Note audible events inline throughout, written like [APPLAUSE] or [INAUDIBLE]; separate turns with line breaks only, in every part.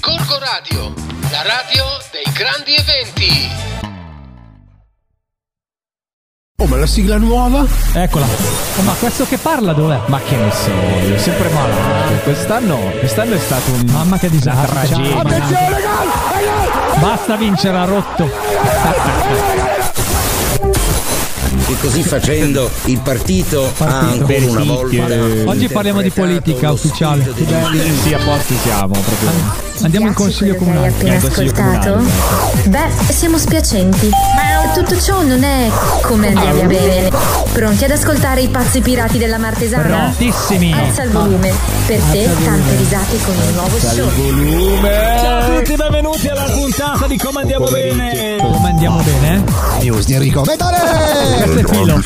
Gorgo Radio, la radio dei grandi eventi.
Oh, ma la sigla nuova?
Eccola. Oh, ma questo che parla dov'è?
Ma che ne so, io, sempre malato. Quest'anno, quest'anno è stato un.
Mamma che disastro.
Una tragedia.
Ciao,
Attenzione,
mannaggia.
gol! Vai, gol!
Basta vincere ha rotto.
E così facendo il partito, ha ancora una volta
Oggi parliamo di politica ufficiale.
Sì, a posto siamo proprio.
Andiamo in
Piace
consiglio
quello che
comunale.
Hai
Eh, consiglio
appena ascoltato? Beh, siamo spiacenti. Tutto ciò non è come andiamo a bere. Pronti ad ascoltare i pazzi pirati della Martesana?
Prontissimi.
Alza il volume. Per te, tante risate con il nuovo show.
Ciao a tutti, benvenuti alla puntata di Come andiamo bene.
Come andiamo bene? eh?
News di Enrico Mentale!
Questo è filo.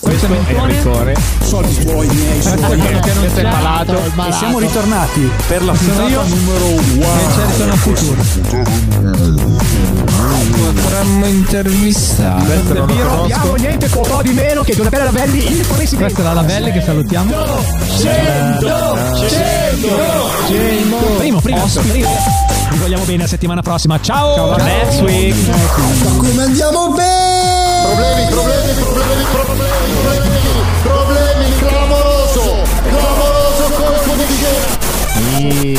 Questo è Enricore.
Che non
Questo è
c'è.
malato.
E siamo ritornati.
Sono io. Invece sono futuro.
Questo non lo
Non
conosco.
abbiamo niente con po' di meno che Donatella Lavelli, il presidente.
Questa è la Lavelli che salutiamo. Primo, primo, primo.
Vi vogliamo bene la settimana prossima. Ciao!
Next week.
Come andiamo bene?
Problemi, problemi, problemi, problemi, problemi, problemi, clamoroso, clamoroso colpo di genere.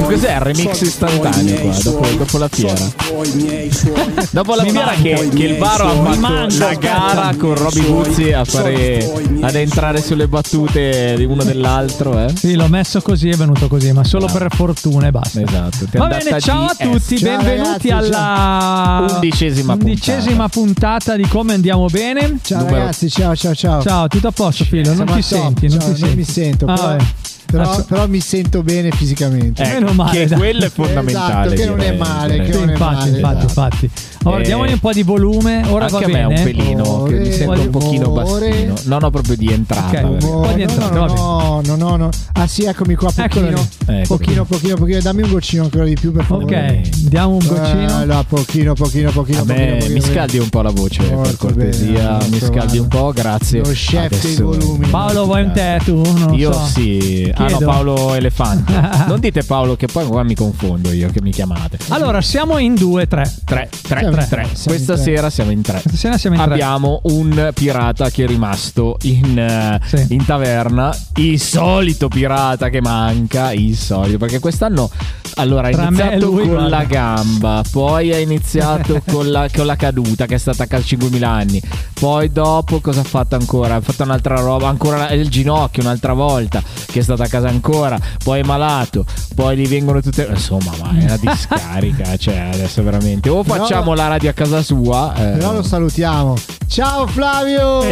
Cos'è il remix istantaneo qua? Dopo, dopo la fiera. [LAUGHS] dopo la fiera che, che il Varo ha fatto la gara con Robby Guzzi a fare ad entrare sulle battute di uno dell'altro, eh?
Sì, l'ho messo così, è venuto così, ma solo per fortuna e basta.
Esatto. Ti è
Va
andata
bene, ciao a
GS.
tutti,
Ciao,
benvenuti
ragazzi,
alla
Undicesima puntata.
undicesima puntata di Come Andiamo Bene.
Ciao
Numero-
ragazzi, ciao ciao ciao.
Ciao, tutto a posto, Filo? Non
Siamo
ti
al top,
senti? Non
ciao,
ti senti?
mi sento,
Ah,
però, eh,
vabbè.
però,
Adesso-
però mi sento bene fisicamente.
Ecco,
Meno male,
che
dai.
quello è fondamentale.
Esatto, che non è
direi,
male,
direi.
che
Sì,
non è
infatti,
male.
infatti, infatti. Allora,
Eh,
diamogli un po' di volume. Ora
Anche
va
a
bene.
me è un pelino che mi
Ore,
sento un pochino
ore.
bassino. Non ho proprio di entrata.
Ok.
perché-
Oh,
Poi di
no,
entrata,
no,
va
no, no, no, no. Ah sì, eccomi qua,
Eccolo
pochino,
lì. Ecco.
pochino, pochino, pochino. Dammi un goccino ancora di più per favore.
Ok, diamo un goccino.
Eh, no, pochino, pochino, pochino.
A
pochino,
me
pochino,
mi scaldi un po' la voce, per
Molto bene,
cortesia.
molto
mi scaldi
bene.
un po', grazie.
Lo chef dei
Adesso-
volumi.
Paolo, vuoi un tè tu? Non lo
Io
so.
sì. Ah no,
Chiedo.
Paolo Elefante.
[LAUGHS]
non dite Paolo che poi qua mi confondo io che mi chiamate.
Allora, siamo in due, tre.
3, 3,
Siamo in
3,
tre,
3.
siamo
Questa
in tre.
sera siamo in 3.
Stasera siamo in tre.
Abbiamo un pirata che è rimasto in, eh,
Sì.
in taverna. Il solito pirata che manca. Il solito. Perché quest'anno. Allora, ha
Tra me e
iniziato
lui,
con
guarda.
la gamba. Poi
[LAUGHS]
ha iniziato con, la, con la caduta, che è stata a 5.000 anni. Poi dopo, cosa ha fatto ancora? Ha fatto un'altra roba. Ancora il ginocchio, un'altra volta. Che è stata a casa ancora. Poi è malato. Poi gli vengono tutte. Insomma,
[LAUGHS]
ma è una discarica. cioè, adesso veramente. O
Però-
facciamo la radio a casa sua. eh,
Però lo salutiamo. Ciao Flavio!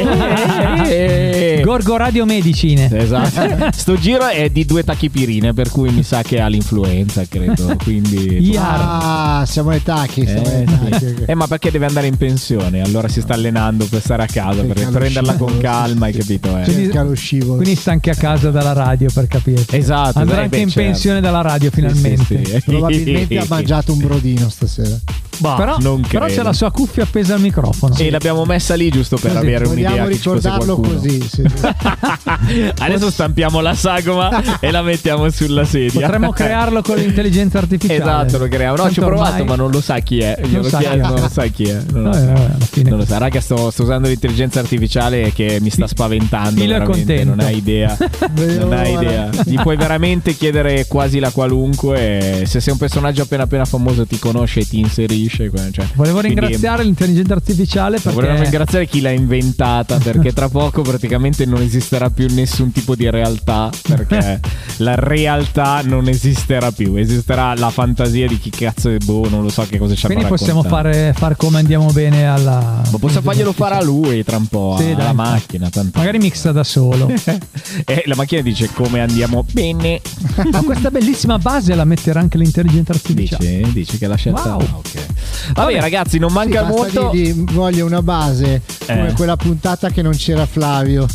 eh,
Gorgo Radio Medicine.
Esatto. Sto giro è di due tachipirine, per cui mi sa che ha l'influenza, credo. Quindi.
Iar.
Ah, siamo ai tacchi, siamo ai
Eh,
tacchi.
sì.
ok.
Eh, ma perché deve andare in pensione? Allora si sta allenando per stare a casa, per
caldo
prenderla con
scivolo,
calma, hai
sì, sì.
capito? eh?
Quindi-
Cerca lo scivolo.
Quindi sta anche a casa dalla radio per capire.
Esatto,
Andrà
eh,
anche
beh,
in
certo.
pensione dalla radio finalmente.
Sì, sì, sì.
Probabilmente ha mangiato un brodino stasera.
Bah,
Però,
non
però
credo.
c'è la sua cuffia appesa al microfono.
[LAUGHS] E l'abbiamo messa lì giusto per
Così,
avere un'idea.
Vogliamo
che ci fosse
ricordarlo
qualcuno.
così. sì.
Adesso stampiamo la
[LAUGHS]
sagoma e la mettiamo sulla sedia. [LAUGHS]
Potremmo crearlo con l'intelligenza artificiale.
Esatto, lo creiamo. No, ci ho
Tanto
provato,
ormai-
ma non lo sa chi è. Glielo
sa
chiedo,
chi è.
non lo sa chi è. Non lo
Vabbè,
sa.
vabbè, alla fine.
Non lo sa. Raga, sto, sto usando l'intelligenza artificiale che mi sta spaventando.
Filo è
veramente,
contento.
Non
[LAUGHS]
hai idea.
Vedo
non hai
l'ora.
idea. Gli puoi veramente chiedere quasi la qualunque. e Se sei un personaggio appena appena famoso, ti conosce e ti inserisce. que- Cioè,
Volevo
quindi-
ringraziare l'intelligenza artificiale perché
Volevo ringraziare chi l'ha inventata perché tra poco praticamente non esisterà più nessun tipo di realtà
[LAUGHS]
perché la realtà non esisterà più, esisterà la fantasia di chi cazzo è boh, non lo so che cosa ci hanno
quindi possiamo
raccontato.
fare far come andiamo bene alla
Ma possiamo farglielo fare a lui tra un po',
Sì,
alla
dai.
macchina
[LAUGHS]
tanto.
magari mixa da
[LAUGHS]
solo.
Eh, la macchina dice come andiamo
[LAUGHS]
bene.
Ma questa bellissima base la metterà anche l'intelligenza artificiale.
Dice, dice che la scelta
Wow.
Ah, ok. Vabbè, ragazzi, non manca
Basta
molto.
dirgli, voglio una base come
Eh.
quella puntata che non
[LAUGHS]
c'era Flavio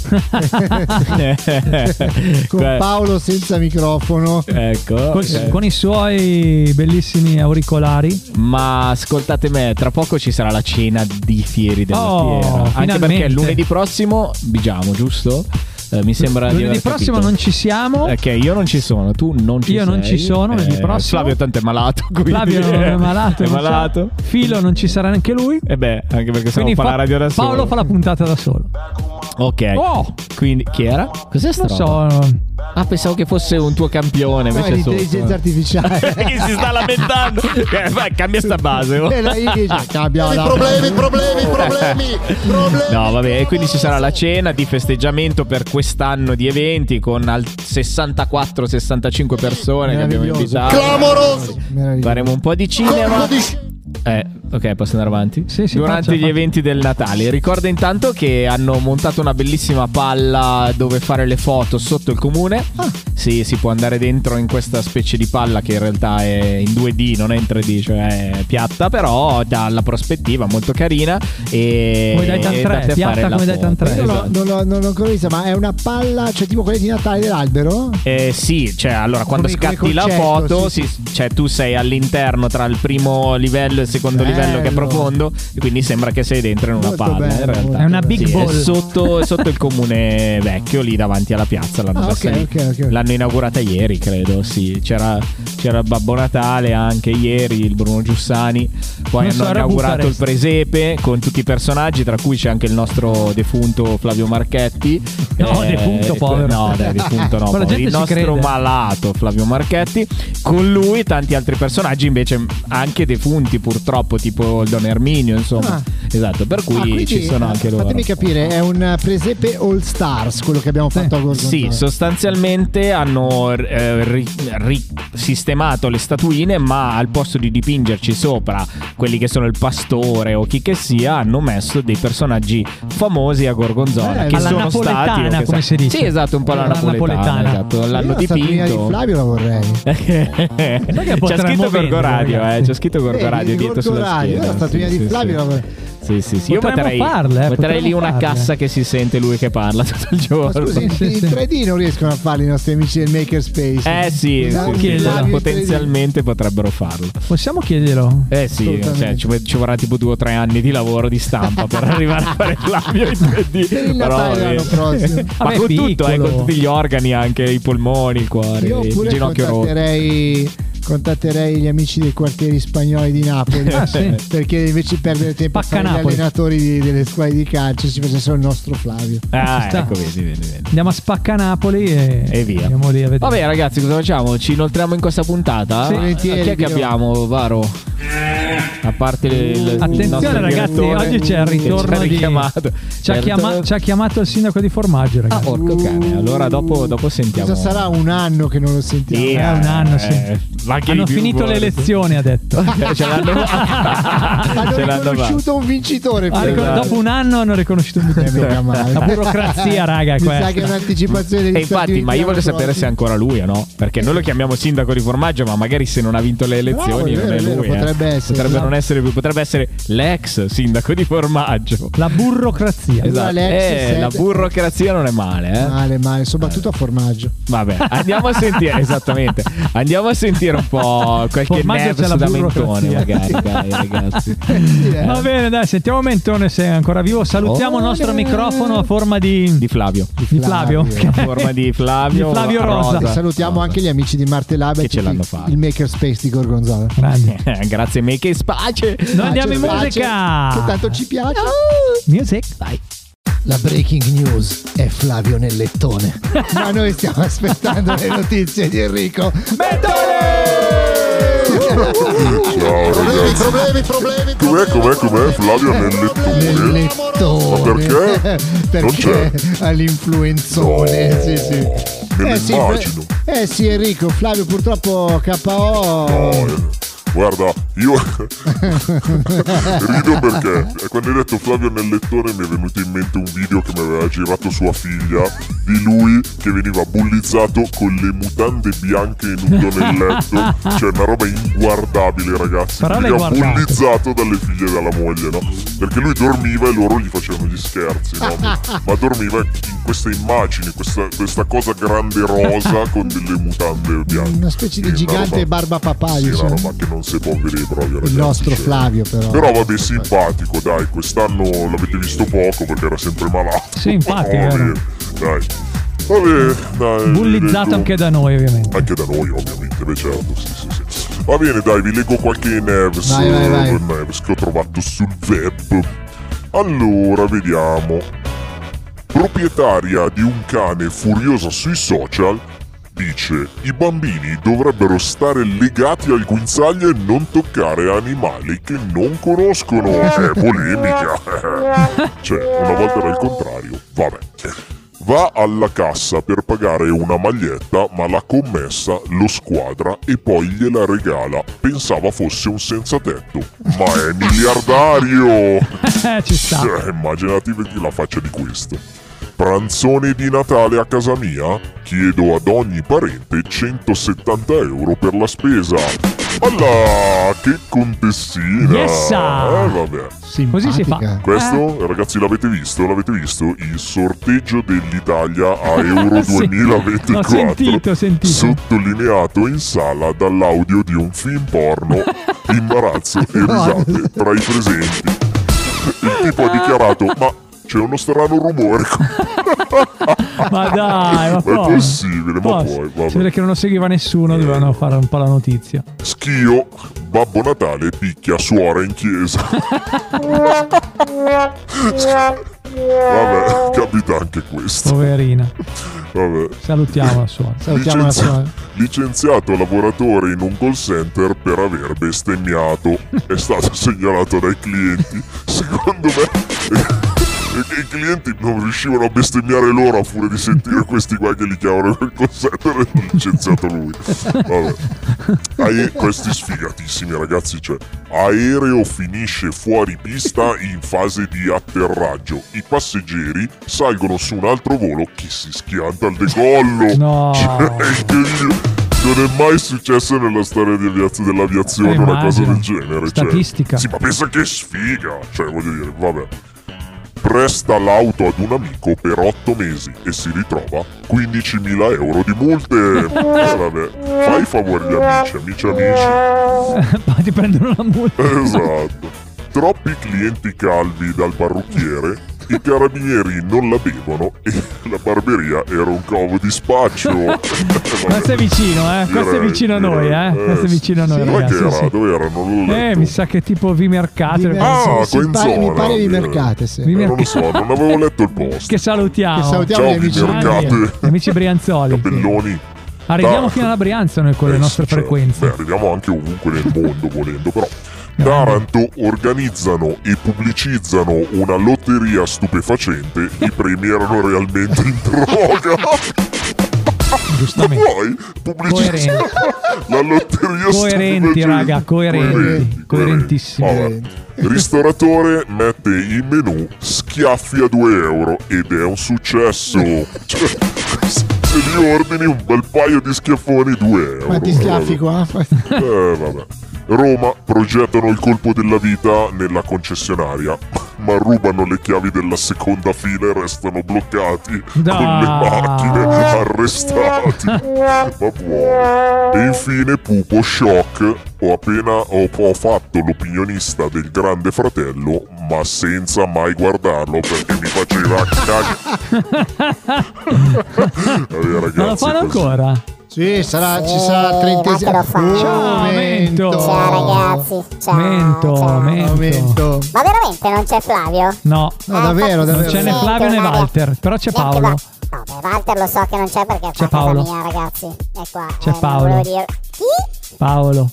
[LAUGHS]
con
Beh,
Paolo senza microfono
Ecco.
Col-
ok.
Con i suoi bellissimi auricolari.
Ma ascoltate me, tra poco ci sarà la cena di Fieri della
Oh,
Fiera. Anche
finalmente.
perché lunedì prossimo bigiamo, diciamo, giusto? Eh, mi sembra di
Lunedì
aver
prossimo
capito.
non ci siamo.
Ok, io non ci sono, tu non ci
Io
sei. Eh,
non ci sono lunedì prossimo.
Flavio tanto è malato, [LAUGHS] quindi.
Flavio è malato.
È
non so.
malato.
Filo non ci sarà neanche lui.
E beh, anche perché se no
Quindi
fa
fa-
la radio da solo.
Paolo fa la puntata da solo.
Ok.
Oh!
Quindi chi era? Cos'è sta
Non
roba?
so.
Ah, pensavo che fosse un tuo campione,
No, è
invece sotto.
l'intelligenza
[LAUGHS]
artificiale.
che si
[LAUGHS]
sta lamentando. Eh, vai, cambia sta base. oh.
e lei dice, cambia la...
Problemi, problemi, problemi, problemi.
No, vabbè, e quindi ci sarà la cena di festeggiamento per quest'anno di eventi con al 64-65 persone che abbiamo
Meraviglioso.
invitato.
Clamoroso.
Meraviglioso.
Faremo un po' di cinema.
Colpo di sci-
Eh, ok, posso andare avanti?
Sì, sì,
Durante
faccia,
gli
faccia.
eventi del Natale. Ricorda intanto che hanno montato una bellissima palla dove fare le foto sotto il comune.
Ah.
Sì, si può andare dentro in questa specie di palla che in realtà è in 2D, non è in 3D, cioè è piatta, però dà la prospettiva molto carina e
Come Titan
e
3,
date a
piatta
fare la
come
foto.
Titan 3.
Io
Esatto.
no- non, l'ho, non l'ho ancora vista, ma è una palla, cioè tipo quella di Natale dell'albero?
Eh, sì, cioè allora quando
Come- come
scatti la
concetto,
foto,
sì,
si- cioè tu sei all'interno tra il primo livello e il secondo
Bello.
livello che è profondo, e quindi sembra che sei dentro in una
Molto
palla.
bello,
in realtà.
molto
È una big
Sì,
ball.
È sotto, è sotto il comune vecchio, lì davanti alla piazza. L'hanno,
Ah,
messa
ok,
lì.
ok, ok.
L'hanno inaugurata ieri, credo. Sì. C'era, c'era Babbo Natale anche ieri, il Bruno Giussani. Poi
Non so,
hanno
era
inaugurato il
Bucarest.
presepe con tutti i personaggi, tra cui c'è anche il nostro defunto Flavio Marchetti. Eh,
No, defunto, povero.
No, dai, defunto
Ma la
no. povero.
gente
il
ci
nostro
crede.
malato Flavio Marchetti. Con lui tanti altri personaggi, invece anche defunti, purtroppo, tipo il Don Erminio, insomma.
Ah.
Esatto, per
Ah,
cui
quindi,
ci sono
eh,
anche loro.
Fatemi capire, è un presepe All Stars quello che abbiamo fatto a Gorgonzola.
Eh, Sì, sostanzialmente hanno eh, ri- risistemato le statuine, ma al posto di dipingerci sopra quelli che sono il pastore o chi che sia, hanno messo dei personaggi famosi a Gorgonzola.
Bello.
che
Alla
sono
Eh, napoletana,
stati, o che
come
sa-
si dice.
Sì, esatto, un po' la
Alla
napoletana.
napoletana.
esatto.
Io
L'hanno
la statuina
dipinto.
di Flavio la vorrei.
potremmo
[LAUGHS] c'è Eh, scritto
venderlo,
Gorgo Radio, eh,
ragazzi.
c'è scritto Gorgo
Eh,
Radio
di
dietro sulla
Gorgoradio,
schiena.
io la statuina
Sì,
di
sì,
Flavio la vorrei.
Sì, sì, sì. Io
Potremmo
metterei,
farle, eh,
metterei lì
potremmo
una
farle.
cassa che si sente lui che parla [LAUGHS] tutto il
Ma
giorno. [LAUGHS]
scusi,
Sì,
i
sì.
3D non riescono a farli i nostri amici del Makerspace.
Eh sì, sì,
Esatto,
sì,
chiedilo.
allora,
Flavio
potenzialmente potrebbero farlo.
Possiamo chiederlo?
Eh sì,
Assolutamente.
cioè, ci, vo- ci vorrà tipo due o tre anni di lavoro di stampa
[LAUGHS]
per arrivare a fare Flavio in 3D.
Per il
Però,
Natale
eh,
l'anno
[LAUGHS]
prossimo.
Ma
Vabbè,
con tutto, eh,
piccolo.
con tutti gli organi, anche i polmoni, il cuore,
Io
il
pure
ginocchio rotto.
contatterei, contatterei gli amici dei quartieri spagnoli di Napoli.
Ah, sì.
[LAUGHS] Perché invece di perdere tempo a
Pacca
fare gli
Napoli.
allenatori di- delle squadre di calcio ci facessero il nostro Flavio.
Ah,
Ci sta.
ecco, vedi, vedi, vedi.
Andiamo a Spacca Napoli e,
E via.
Andiamo lì a vedere.
Vabbè, ragazzi, cosa facciamo? Ci inoltriamo in questa puntata?
Sì,
Ah,
volentieri,
Chi è che
Dio.
abbiamo, Varo? A parte il- il.
Attenzione,
nostro
ragazzi,
direttore
oggi c'è il
che
ritorno
ci ha
di-
richiamato.
Ci ha,
Certo.
chiama- ci ha chiamato il sindaco di Formaggio,
Ah,
ragazzi.
porco cane. Allora, dopo, dopo sentiamo.
Cosa sarà un anno che non lo sentiamo?
Sì,
Eh, un anno, sì.
ma anche
Hanno
di più,
finito le
guarda.
elezioni, ha detto.
[LAUGHS]
[LAUGHS]
Ce l'hanno
Hanno
Ce l'hanno fatta.
riconosciuto un vincitore.
Ah,
però.
ricor-
Esatto.
dopo un anno hanno riconosciuto un
Eh,
vincitore.
mica male.
La burocrazia, raga, è
Mi
questa.
sa che è un'anticipazione degli
E
Stati
infatti,
Uniti
ma io voglio
l'anno
sapere se è
prossimo.
ancora lui o no. Perché noi lo chiamiamo sindaco di formaggio, ma magari se non ha vinto le elezioni
Bravo, è
non è
vero, è
lui.
vero,
eh.
potrebbe essere,
Potrebbe
esatto.
non essere lui, potrebbe essere l'ex sindaco di formaggio.
La burocrazia.
Esatto. l'ex Ah.
Eh,
sede-
la burocrazia non è male, eh.
Male, male, soprattutto a formaggio.
Vabbè, andiamo a sentire
[LAUGHS]
esattamente. Andiamo a sentire un po' qualche
Formaggio c'è
nervo
la
da mentone, magari,
burocrazia.
dai,
[LAUGHS]
ragazzi.
Eh.
Va bene, dai, sentiamo Mentone se è ancora vivo. Salutiamo il nostro microfono a forma di,
Di Flavio.
di Flavio.
Flavio.
A forma di Flavio,
Di Flavio Rosa.
E salutiamo
Rosa.
anche gli amici di Marte Lab
Che
e
Esatto, ce
tutti
l'hanno fatta.
Il makerspace di Gorgonzola.
Grande.
Eh, Grazie Make e Space
Noi andiamo in
Pace, pace, Che
musica.
tanto ci piace.
Music, vai.
La breaking news è Flavio nel lettone. Ma noi stiamo aspettando le notizie di Enrico.
Problemi, problemi, problemi.
Com'è, com'è,
problemi,
com'è Flavio nel
Nel
lettone?
lettone.
perché? Non
[LAUGHS] perché
c'è.
ha l'influenzone.
No,
Sì, sì.
me lo
sì,
immagino.
eh sì, Enrico, Flavio purtroppo KO.
No, eh, guarda, io [LAUGHS] rido perché eh, quando hai detto Flavio nel lettone mi è venuto in mente un video che mi aveva girato sua figlia di lui che veniva bullizzato con le mutande bianche e nudo
[LAUGHS]
nel letto. Cioè una roba inguardabile, ragazzi.
Però l'hai
Veniva
guardato.
bullizzato dalle figlie e dalla moglie, no? Perché lui dormiva e loro gli facevano gli scherzi,
[LAUGHS]
no? Ma dormiva in queste immagini, questa, questa cosa grande rosa con delle mutande bianche.
Una specie di
Sì, una
gigante
roba-
barba papà,
sì,
diciamo.
una roba che non si può vedere proprio,
Il
ragazzi.
nostro
cioè.
Flavio, però.
Però vabbè, simpatico, dai, quest'anno l'avete visto poco perché era sempre malato. [LAUGHS]
Sì, infatti,
Però,
vero.
vabbè, Dai. Vabbè, dai.
Bullizzato
leggo-
anche da noi, ovviamente.
Anche da noi, ovviamente, beh, certo, sì, sì, sì. Va bene, dai, vi leggo qualche Neves,
Vai, vai, vai.
eh, Neves che ho trovato sul web. Allora, vediamo. Proprietaria di un cane furiosa sui social dice i bambini dovrebbero stare legati al guinzaglio e non toccare animali che non
[LAUGHS]
conoscono. Cioè, polemica. [LAUGHS] cioè, una volta era il contrario. Vabbè. Va alla cassa per pagare una maglietta, ma la commessa lo squadra e poi gliela regala. Pensava fosse un senza tetto. Ma è miliardario!
Eh, ci sta.
Cioè, immaginatevi la faccia di questo. Pranzone di Natale a casa mia? Chiedo ad ogni parente 170 euro per la spesa. Alla, che contessina!
Yessa!
Eh, vabbè.
Così si fa.
Ah,
Simpatica.
Questo,
Eh.
ragazzi, l'avete visto? L'avete visto? Il sorteggio dell'Italia
[LAUGHS]
a Euro
Sì.
2024.
Ho sentito, ho sentito.
Sottolineato in sala dall'audio di un film
[LAUGHS]
porno, imbarazzo e risate tra i presenti. Il tipo ha dichiarato, ma c'è uno strano rumore.
Ma dai, Ah, ma
Ma è
poi.
possibile, ma
Poi,
puoi, vabbè.
Sembra che non lo seguiva nessuno, dovevano fare un po' la notizia.
Schio, Babbo Natale picchia suora
[LAUGHS]
in chiesa. Vabbè, capita anche questo.
Poverina.
Vabbè.
Salutiamo la suora.
Salutiamo la
Licenzi-
sua.
Licenziato lavoratore in un call center per aver bestemmiato. È stato [LAUGHS] segnalato dai clienti. Secondo me. e che i clienti non riuscivano a bestemmiare loro a furia di sentire questi qua che li chiamano col call center e hanno licenziato lui. Vabbè. Ae- questi sfigatissimi ragazzi, cioè aereo finisce fuori pista in fase di atterraggio. I passeggeri salgono su un altro volo che si schianta al decollo.
No.
Cioè, [LAUGHS] è incredibile. Non è mai successo nella storia di aviaz- dell'aviazione
Eh,
una cosa
immagino.
del genere. cioè.
Statistica.
Sì, ma pensa che sfiga! Cioè, voglio dire, vabbè. Presta l'auto ad un amico per 8 mesi e si ritrova 15.000 euro di multe. Eh, vabbè, fai favore agli amici, amici, amici.
[LAUGHS] Ma ti prendono la multa.
Esatto. Troppi clienti calvi dal parrucchiere, i carabinieri non la bevono e la barberia era un covo di spaccio.
[LAUGHS]
Eh, vabbè.
Questo è vicino, eh. Questo è
Direi,
vicino a noi,
direi.
eh. Questo è
sì.
vicino a noi,
Sì, dove
ragazzi.
che era?
sì.
Dove era? Non l'ho
Eh,
letto.
mi sa che tipo vi mercate.
Mi-
Ah,
sì, mi
Coinzone,
pare- mi pare di
vabbè.
mercate, sì.
Mi-
Eh, non lo so, non avevo letto il post.
Che salutiamo.
Che salutiamo
Ciao,
gli amici.
vi mercate.
Bravi, gli amici Brianzoli.
Cappelloni.
Arriviamo
Ah.
fino alla Brianza noi con le
Eh,
nostre
sì, cioè,
frequenze.
beh, arriviamo anche ovunque nel mondo volendo, però. Taranto organizzano e pubblicizzano una lotteria stupefacente,
[LAUGHS]
i premi erano realmente in droga. Ma
Giustamente.
poi pubblicizzano [LAUGHS] la lotteria
Coerenti,
stupefacente.
raga, coerenti, coerentissimi.
Vabbè. Ristoratore mette in menù schiaffi a 2 euro ed è un successo. Cioè, se li ordini un bel paio di schiaffoni 2 euro.
Quanti schiaffi
Vabbè.
qua?
Eh, vabbè. Roma progettano il colpo della vita nella concessionaria, ma rubano le chiavi della seconda fila e restano bloccati con le
Dai.
macchine, arrestati. Ma buono. E infine Pupo Shock, ho appena ho, ho fatto l'opinionista del grande fratello, ma senza mai guardarlo perché mi faceva cagare.
[LAUGHS]
Vabbè, ragazzi,
Ma lo fanno
così.
ancora?
Sì, sarà, ci sarà trentesimo. Ah,
anche Eh, lo
Ciao, Mento.
fa. Ciao ragazzi, ciao.
Mento,
ciao.
Mento.
Momento.
Ma veramente non c'è Flavio?
No,
No, davvero,
infatti
non
davvero.
sì,
c'è né
sento
Flavio né
un'aria-
Walter, però c'è
Neanche
Paolo.
Va- no, beh, Walter lo so che non c'è perché
C'è
fa casa
Paolo.
mia, ragazzi. È qua.
C'è
eh, non
Paolo.
volevo dire- Chi?
Paolo.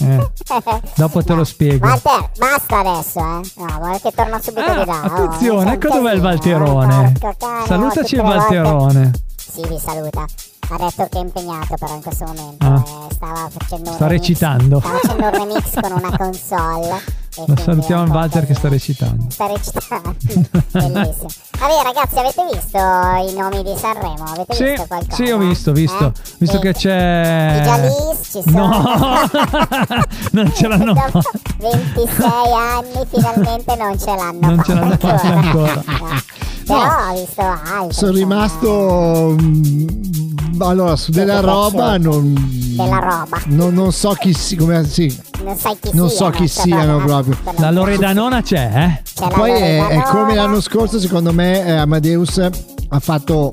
Eh,
Chi?
dopo te lo spiego.
Walter, basta adesso, eh. No, vuoi che torno subito di là.
Ah,
oh,
attenzione,
è
ecco
un
dov'è il
casino,
Valterone.
eh, porco cane,
Salutaci il
oh, tutte le volte-
Valterone.
Sì, vi saluta. Ha detto che è impegnato però in questo momento.
Ah.
eh, stava facendo un
Sta
remix-
recitando.
Stava facendo un remix con una console. e
Lo
quindi
salutiamo
è un po'
Walter che sta
casino.
recitando.
Sta recitando. Bellissimo. Vabbè, ragazzi, avete visto i nomi di Sanremo? Avete
Sì,
visto qualcosa?
sì, ho visto, ho visto.
Eh?
Visto
E-
che
I
c'è.
Jalis ci sono.
Eh, No, non ce l'hanno
Dopo
fatta.
26 anni finalmente non ce l'hanno
Non ce l'hanno
fatta
fatta ancora.
No. Però ho visto altri.
Sono rimasto. mm, Allora, su della roba non.
Della roba.
Non, non so chi si. Come, sì,
Non sai chi
Non
siano,
so chi
cioè,
siano
proprio,
proprio.
proprio
La
non-
Loredanona c'è, eh?
c'è la
Poi è, è
Loredana.
come l'anno scorso, secondo me, eh, Amadeus ha fatto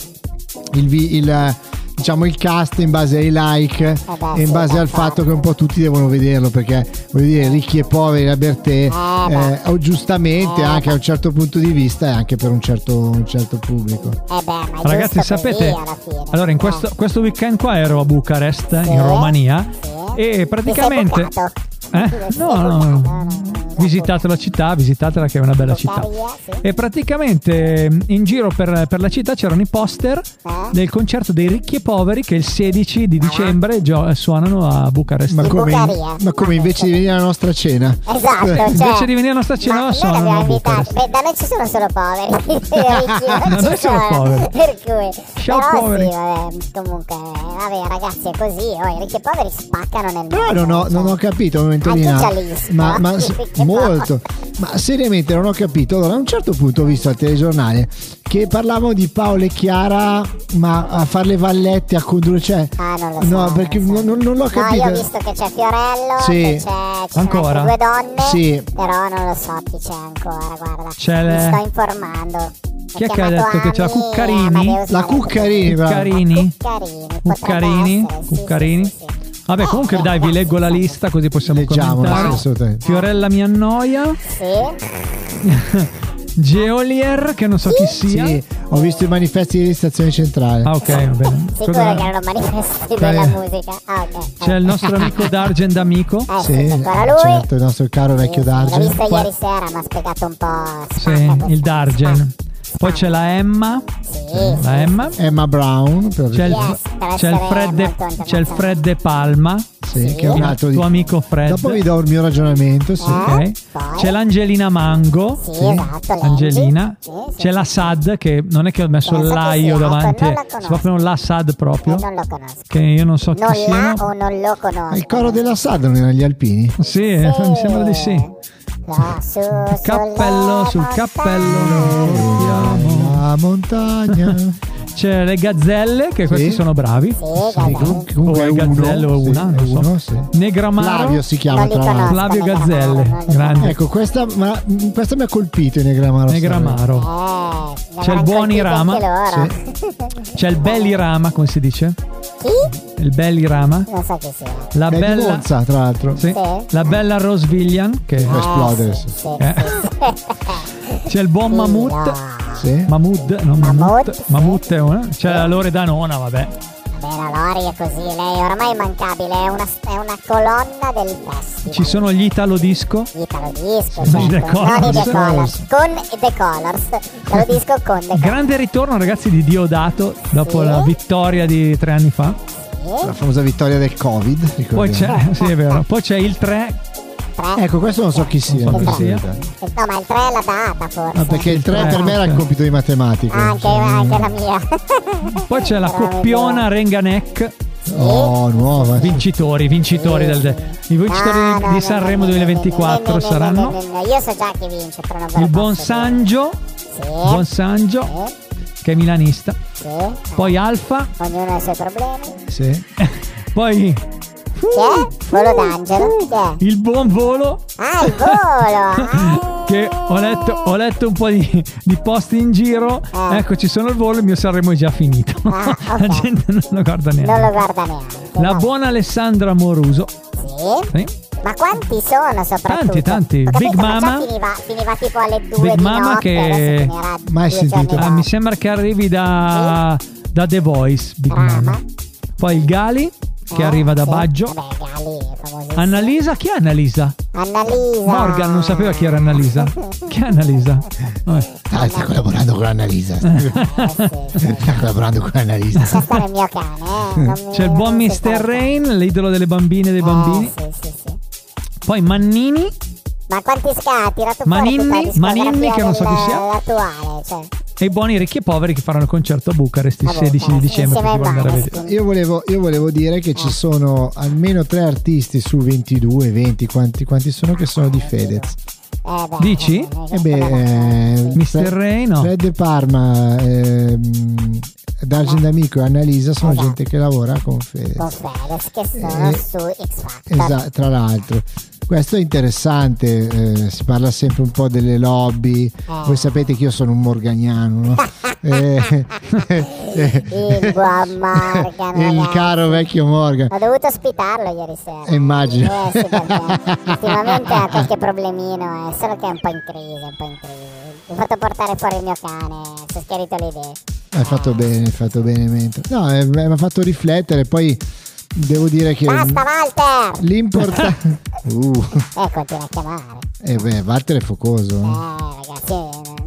il, vi- il, diciamo, il cast in base ai like e in base al fatto che un po' tutti devono vederlo perché voglio dire ricchi e poveri la Bertè eh, o giustamente anche a un certo punto di vista e anche per un certo, un certo pubblico
Eh
Ragazzi, sapete, allora in questo, questo weekend qua ero a Bucarest, in Romania, e praticamente... Eh? No, no, no. Visitate la città, visitatela che è una bella città. E praticamente mh, in giro per, per la città c'erano i poster del concerto dei ricchi e poveri che il 16 di dicembre gio- suonano a Bucarest.
ma come, ma come invece di venire alla nostra cena
Esatto, cioè,
Invece di venire a nostra cena
noi
suonano
l'abbiamo eh,
a
invitato.
Bucarest.
Beh, da noi ci sono solo
[LAUGHS]
poveri. Amici, non
Da
ci
noi siamo
sono. cioè,
poveri.
Per cui.
Ciao,
Però
poveri.
sì, vabbè, comunque, vabbè, ragazzi, è così. Oh, I ricchi e poveri spaccano nel cioè. mondo.
Però non ho, non ho capito momentolina.
Anche eh? Giallini,
Ma,
no?
ma s-
esatto.
molto. Ma seriamente non ho capito. Allora, a un certo punto ho visto al telegiornale che parlavano di Paolo e Chiara, ma a fare le vallette, a condurre. Cioè,
Ah, non lo so.
no, perché non, non- non
No, io
l'ho capito.
ho visto che c'è Fiorello,
Sì.
che c'è, ci sono
Ancora?
altre due donne,
Sì.
però non lo so chi c'è ancora, guarda.
C'è
Mi
le-
sto informando. Ho
Chi è che ha
chiamato
detto che c'è la
Ami e
Cuccarini?
Amadeus
La
Maratea.
Cuccarini, brava.
Cuccarini?
Cuccarini, potrebbe
Cuccarini?
essere, sì, sì,
Cuccarini?
sì, sì. Eh,
Vabbè, comunque dai, vi leggo la lista così possiamo
Leggiamola, sì,
commentare.
assolutamente.
Fiorella mi annoia,
Sì.
Geolier che non so chi sia.
Sì, ho visto i manifesti di stazione centrale.
Ah, ok, va bene.
Sicuro
Cosa-
che erano manifesti
Cioè-
della musica. Ah, ok.
C'è il nostro
[LAUGHS]
amico Dargen d'amico.
Eh, sì,
Sì,
c'è ancora lui.
certo, il nostro caro
Sì,
vecchio
sì, L'ho
Dargen.
visto
Qua-
ieri sera, mi ha spiegato un po'.
Sì,
spacca questo-
il Dargen. Poi c'è la Emma.
Sì,
La Emma.
Emma Brown, per-
C'è il,
Yes, per
c'è il
essere
Fred de,
molto internazionale.
c'è il Fred De Palma.
sì, che è un altro di...
tuo amico Fred.
Dopo vi do il mio ragionamento, sì.
Ah.
Ok.
Poi?
C'è l'Angelina Mango.
Eh? Sì, esatto, Lengi.
Angelina.
Sì, sì,
C'è la Sad che non è che ho messo
Penso che
la
sia,
io
ecco,
davanti.
non la
C'è
conosco.
proprio un la Sad proprio.
eh, non lo conosco.
Che io non so
Non
chi siano.
la o non lo conosco.
Il coro della SAD non erano gli alpini?
Sì, eh, mi sembra di sì.
Là su,
Cappello sul
sulle
cappello.
montagne.
portiamo.
La
[LAUGHS]
montagna.
C'è le gazzelle, che questi sono bravi.
Sì, vabbè.
O è Gazzello o una, non so.
uno, sì.
Negramaro.
Flavio si chiama
Non li
tra l'altro.
conosco.
Flavio
Negramaro, non
Gazzelle,
li
grande.
Ecco, questa, ma, mh, questa mi ha colpito in Negramaro.
Negramaro.
Eh,
C'è il buon Irama.
Loro. [LAUGHS]
C'è il Bellirama, come si dice?
Chi?
Il Bellirama.
Non so chi sia.
La
È di
bella,
Monza, tra l'altro.
sì.
Sì.
la bella Rose Villian. Che
Per esplodere, Ah, sì.
Sì,
Eh. C'è il buon Mamut.
Mamut.
Sì.
Mahmood, no,
Mahmood,
Mahmood,
sì.
Mahmood è una. C'è la Loredanona, vabbè.
Beh, la Lori è così, lei ormai è immancabile, è una, è una colonna del festival.
Ci sono gli Italo Disco.
Italo Disco,
Sì,
certo.
i The
non i
Colors.
The Colors, con The Colors, Italo Disco con The Colors.
Grande ritorno, ragazzi, di Diodato dopo
Sì.
la vittoria di tre anni fa.
La famosa vittoria del Covid. ricordiamo.
Poi c'è, sì, è vero. Poi c'è il 3.
Tre.
Ecco, questo non so chi sia.
Non so
in
chi
verità.
No, ma il 3 è la data forse.
Ah, perché il
Eh,
3 per me era il compito di matematica.
Anche, anche la mia.
Poi c'è la
Veramente.
coppiona Renganek.
Oh, nuova. sì.
Vincitori, vincitori del. I vincitori
No, no,
di
no,
Sanremo
no, no, no, no,
2024
no,
saranno.
no, no, no, Io so già chi vince, però non ve lo
Il buon
posso dire.
Sangio,
Sì.
buon Sangio,
sì,
che è milanista.
sì, eh,
Poi Alfa,
Ognuno ha i suoi problemi.
Sì.
poi
Chi è? Volo d'angelo. Chi è?
il buon volo.
Ah, il
[LAUGHS]
volo! Ah.
Che ho letto, ho letto un po' di, di post in giro.
Eh.
Ecco, ci sono il volo, il mio Sanremo è già finito. [LAUGHS]
Ah, ok.
La gente non lo guarda
Non lo
neanche.
guarda neanche.
La
no?
buona Alessandra Moruso.
Sì.
Sì.
Ma quanti sono soprattutto?
Tanti, tanti.
Ho capito,
Big
ma già
Mama.
Finiva, finiva tipo alle 2
Big
di
Mama
notte,
che-
adesso finirà
Mai
due
sentito.
giorni
Ah,
fa.
mi sembra che arrivi da, da The Voice. Big
Brava.
Mama. Poi il Gali, che
Eh,
arriva da
Ah. sì.
Baggio.
Vabbè, Gali, è famosissimo.
Annalisa, chi è Annalisa?
Annalisa.
Morgan non sapeva chi era Annalisa. Chi è Annalisa? Vabbè.
Ah, sta collaborando con Annalisa.
Eh, sì, sì.
Sta collaborando con Annalisa.
Lascia stare il mio cane. eh, non mi-
C'è il
non
buon
mi
Mr.
sopporta.
Rain, l'idolo delle bambine e dei
Eh,
bambini.
sì, sì, sì.
Poi Mannini,
Ma quanti scatti? Tirato fuori
Maninni-
tutta la discografia
Maninni, che non so chi
del-
sia.
L'attuale, cioè.
e i buoni ricchi e poveri che faranno il concerto a Bucarest il
Vabbè,
16
eh,
di dicembre
insieme
per
ai
guardare a vedere.
Maneskin.
Io volevo, io volevo dire che
Ah.
ci sono almeno tre artisti su 22, 20, quanti, quanti sono che sono di Fedez.
Eh, beh,
Dici?
eh, eh,
E beh, eh,
Mister Ray no.
Fred De Parma, ehm, Dargen D'Amico e Annalisa sono
Esatto.
gente che lavora con Fedez.
Con Fedez che sono
Eh,
su X Factor.
Esatto, tra l'altro. Questo è interessante, eh, si parla sempre un po' delle lobby,
Ah.
voi sapete che io sono un morganiano,
[LAUGHS]
no? Eh, eh,
Il buon
[LAUGHS]
Morgan,
il
ragazzi.
caro vecchio Morgan.
Ho dovuto ospitarlo ieri sera.
Eh, immagino.
[LAUGHS] Eh sì, perché ultimamente ha qualche problemino, eh, solo che è un po' in crisi, un po' in crisi. Ho fatto portare fuori il mio cane, si è schiarito le idee.
Hai fatto bene, hai fatto bene mentre. No, eh, mi ha fatto riflettere, poi devo dire che
Basta Walter!
l'importante... Uh,
Eh, continua a chiamare.
eh beh, Walter è focoso. eh.
Eh, ragazzi, eh,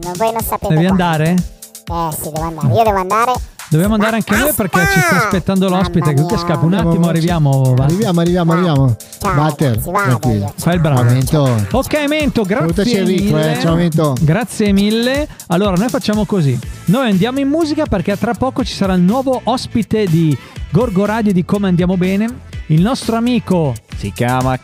non, voi non sapete
Devi
quanto.
andare?
Eh sì, devo andare. Io devo andare.
Dobbiamo andare anche noi perché ci sta aspettando l'ospite. Che tu te scappi un attimo, arriviamo. va.
Arriviamo, arriviamo, arriviamo.
Ah, Ciao,
Walter,
ragazzi, vado
tranquillo.
io.
Fai il bravo.
Momento.
Ok, Mento,
Salutaci
grazie
Enrico, eh.
mille.
Ciao Mento.
Grazie mille. Allora, noi facciamo così. Noi andiamo in musica perché tra poco ci sarà il nuovo ospite di Gorgo Radio di Come Andiamo Bene. Il nostro amico,
Si chiama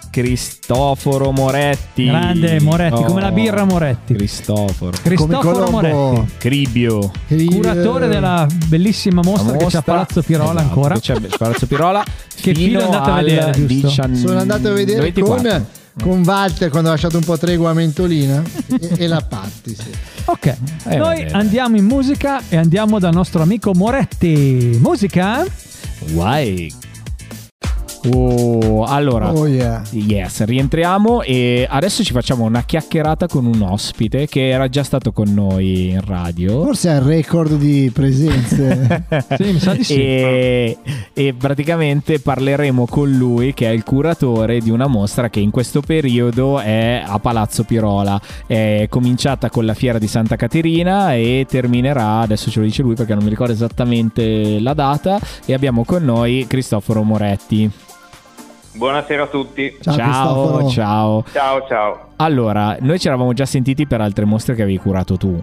Cristoforo Moretti.
Grande, Moretti, come la birra Moretti.
Cristoforo.
Cristoforo
Colombo.
Moretti,
Cribio.
curatore della bellissima mostra, che
La
c'è a
mostra-
Palazzo Pirola
Esatto,
ancora.
che C'è a Palazzo Pirola.
[LAUGHS] Che filo è andato a
al
vedere, giusto?
19
Sono andato a vedere
24.
con, con Walter quando ha lasciato un po' tregua a Mentolina e, e la Patti. sì.
Ok,
Eh, va
noi
bene.
andiamo in musica e andiamo dal nostro amico Moretti. Musica?
Why? Oh, allora,
Oh yeah.
Yes, rientriamo e adesso ci facciamo una chiacchierata con un ospite che era già stato con noi in radio.
Forse è il record di
[LAUGHS]
presenze.
[LAUGHS] Sì, mi sa di sì.
E, e praticamente parleremo con lui che è il curatore di una mostra che in questo periodo è a Palazzo Pirola. È cominciata con la fiera di Santa Caterina e terminerà, adesso ce lo dice lui perché non mi ricordo esattamente la data, e abbiamo con noi Cristoforo Moretti.
Buonasera a tutti.
Ciao, Cristoforo.
ciao. ciao.
Ciao, ciao.
Allora, noi ci eravamo già sentiti per altre mostre che avevi curato tu.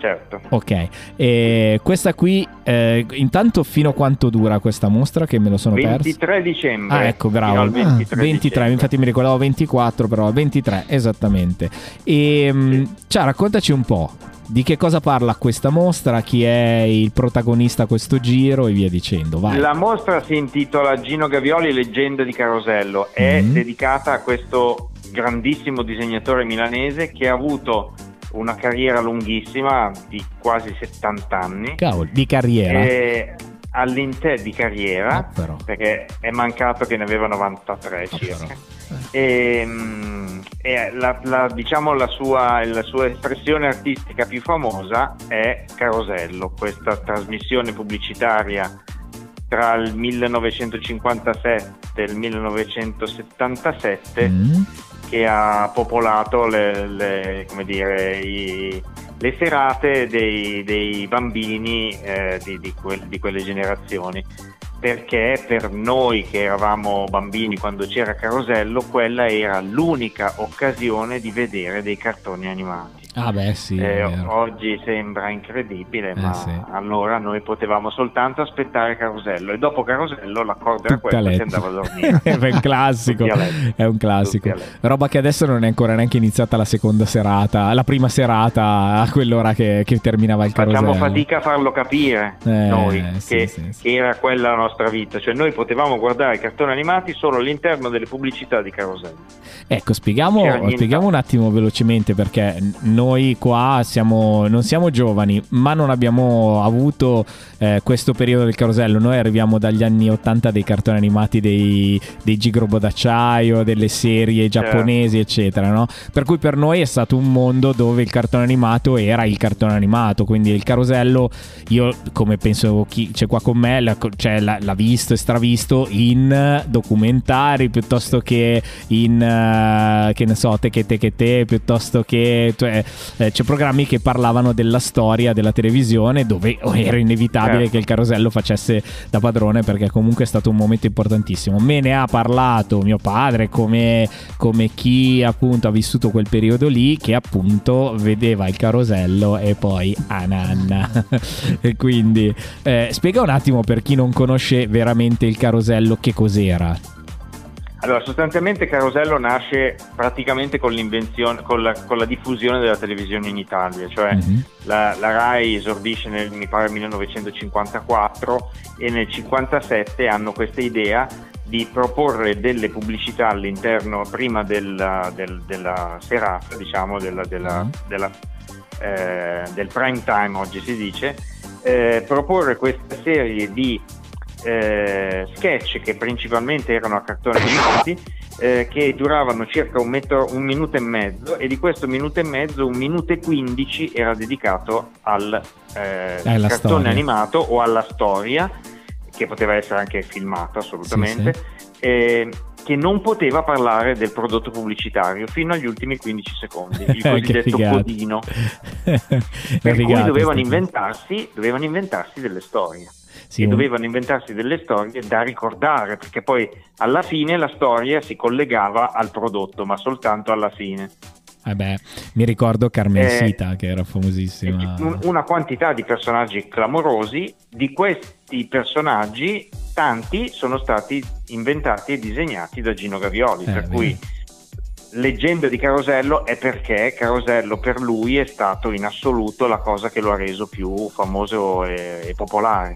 Certo.
Ok, e questa qui, eh, intanto fino a quanto dura questa mostra che me lo sono perso?
23 dicembre.
Ah, ecco, bravo.
Fino al
Ah,
23,
23,
dicembre.
infatti mi ricordavo 24, però 23, esattamente. E mh, ciao, Ehm, raccontaci un po' di che cosa parla questa mostra, chi è il protagonista a questo giro e via dicendo. Vai.
La mostra si intitola Gino Gavioli, leggenda di Carosello. È
Mm.
dedicata a questo grandissimo disegnatore milanese che ha avuto una carriera lunghissima di quasi 70 anni.
Cavolo, di carriera.
E all'interno Eh, di carriera,
Ah, però.
perché è mancato che ne aveva 93
Ah,
circa.
però.
E, mm, e la, la- diciamo la sua, la sua espressione artistica più famosa è Carosello, questa trasmissione pubblicitaria tra il 1957 e il 1977
Mm.
che ha popolato le, le- come dire, i- le serate dei, dei bambini eh, di, di quel- di quelle generazioni. Perché per noi che eravamo bambini quando c'era Carosello, quella era l'unica occasione di vedere dei cartoni animati.
Ah beh, sì.
Eh,
è vero.
oggi sembra incredibile,
Eh,
ma
sì.
allora noi potevamo soltanto aspettare Carosello e dopo Carosello l'accordo era
Tutta
quello che
letto.
andava a dormire.
[LAUGHS] È un classico.
Tutti a letto.
È un classico.
Tutti a letto.
Roba che adesso non è ancora neanche iniziata la seconda serata, la prima serata a quell'ora che, che terminava il carosello.
Facciamo fatica a farlo capire
Eh,
noi,
sì,
che,
sì, sì.
che era quella la nostra vita, cioè noi potevamo guardare i cartoni animati solo all'interno delle pubblicità di Carosello.
Ecco, spieghiamo,
C'era niente.
spieghiamo un attimo velocemente perché noi qua siamo, non siamo giovani, ma non abbiamo avuto eh, questo periodo del carosello. Noi arriviamo dagli anni 80 dei cartoni animati dei, dei Gigrobo d'acciaio, delle serie giapponesi, eccetera. no? Per cui per noi è stato un mondo dove il cartone animato era il cartone animato, quindi il carosello io come penso chi c'è qua con me la- cioè, la- l'ha visto e stravisto in documentari piuttosto che in eh, che ne so te che te che te piuttosto che cioè, eh, c'è programmi che parlavano della storia della televisione dove oh, era inevitabile
Certo.
che il carosello facesse da padrone perché comunque è stato un momento importantissimo me ne ha parlato mio padre come come chi appunto ha vissuto quel periodo lì che appunto vedeva il carosello e poi a nanna [LAUGHS] e quindi eh, spiega un attimo per chi non conosce veramente il carosello che cos'era
Allora, sostanzialmente Carosello nasce praticamente con l'invenzione, con la, con la diffusione della televisione in Italia, cioè
Mhm.
la, la RAI esordisce nel mi pare 1954 e nel 57 hanno questa idea di proporre delle pubblicità all'interno prima della, del- della serata, diciamo, della-
Mm.
della- della, eh, del prime time oggi si dice, eh, proporre questa serie di eh, sketch che principalmente erano a cartoni animati eh, che duravano circa un, metro- un minuto e mezzo e di questo minuto e mezzo un minuto e quindici era dedicato al eh,
Alla
cartone
storia.
animato o alla storia che poteva essere anche filmata assolutamente eh, che non poteva parlare del prodotto pubblicitario fino agli ultimi 15
[LAUGHS]
secondi il
Eh, Che
cosiddetto
figata. [LAUGHS]
codino per cui
Rigata,
dovevano
sta cosa.
inventarsi, dovevano inventarsi delle storie
Sì,
e
un-
dovevano inventarsi delle storie da ricordare perché poi alla fine la storia si collegava al prodotto ma soltanto alla fine
Eh beh, mi ricordo Carmen
Eh,
Sita che era famosissima.
Un- una quantità di personaggi clamorosi di questi personaggi tanti sono stati inventati e disegnati da Gino Gavioli per
Eh, vedi.
cui leggenda di Carosello è perché Carosello per lui è stato in assoluto la cosa che lo ha reso più famoso e- e popolare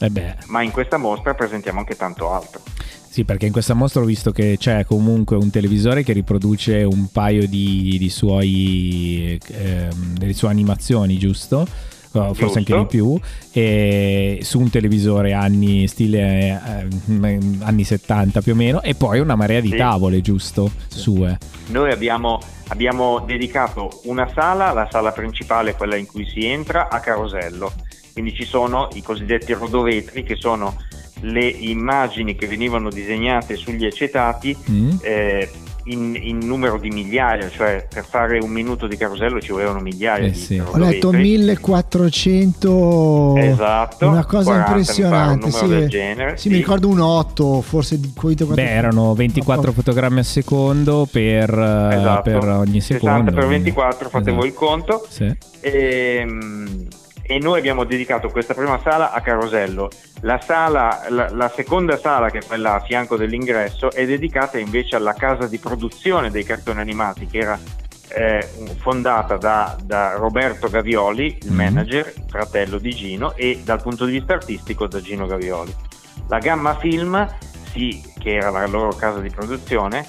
Eh beh,
ma in questa mostra presentiamo anche tanto altro.
sì, perché in questa mostra ho visto che c'è comunque un televisore che riproduce un paio di, di suoi, ehm, delle sue animazioni, giusto? Oh, Forse
Giusto.
anche di più, e su un televisore anni stile eh, anni 70 più o meno, e poi una marea di
Sì.
tavole, giusto? Sue.
Noi abbiamo, abbiamo dedicato una sala, la sala principale, quella in cui si entra, a Carosello. Quindi ci sono i cosiddetti rodovetri, che sono le immagini che venivano disegnate sugli acetati
Mm?
eh, in, in numero di migliaia, cioè per fare un minuto di carosello ci volevano migliaia
Eh
di
sì. Ho
Ho letto
rodovetri.
1400
Esatto,
una
40
cosa
mi pare, un
impressionante.
numero
Sì,
del genere,
sì,
sì.
mi ricordo un 8, forse di quei quattro-
Beh, erano 24 fotogrammi al secondo per, eh,
Esatto.
per ogni
60
secondo.
per 24, fate
Esatto.
voi il conto.
Sì.
Ehm, E, noi abbiamo dedicato questa prima sala a Carosello. La, sala, la, la seconda sala, che è quella a fianco dell'ingresso, è dedicata invece alla casa di produzione dei cartoni animati, che era eh, fondata da, da Roberto Gavioli, il
Mhm.
manager, fratello di Gino, e dal punto di vista artistico da Gino Gavioli. La Gamma Film, sì, che era la loro casa di produzione,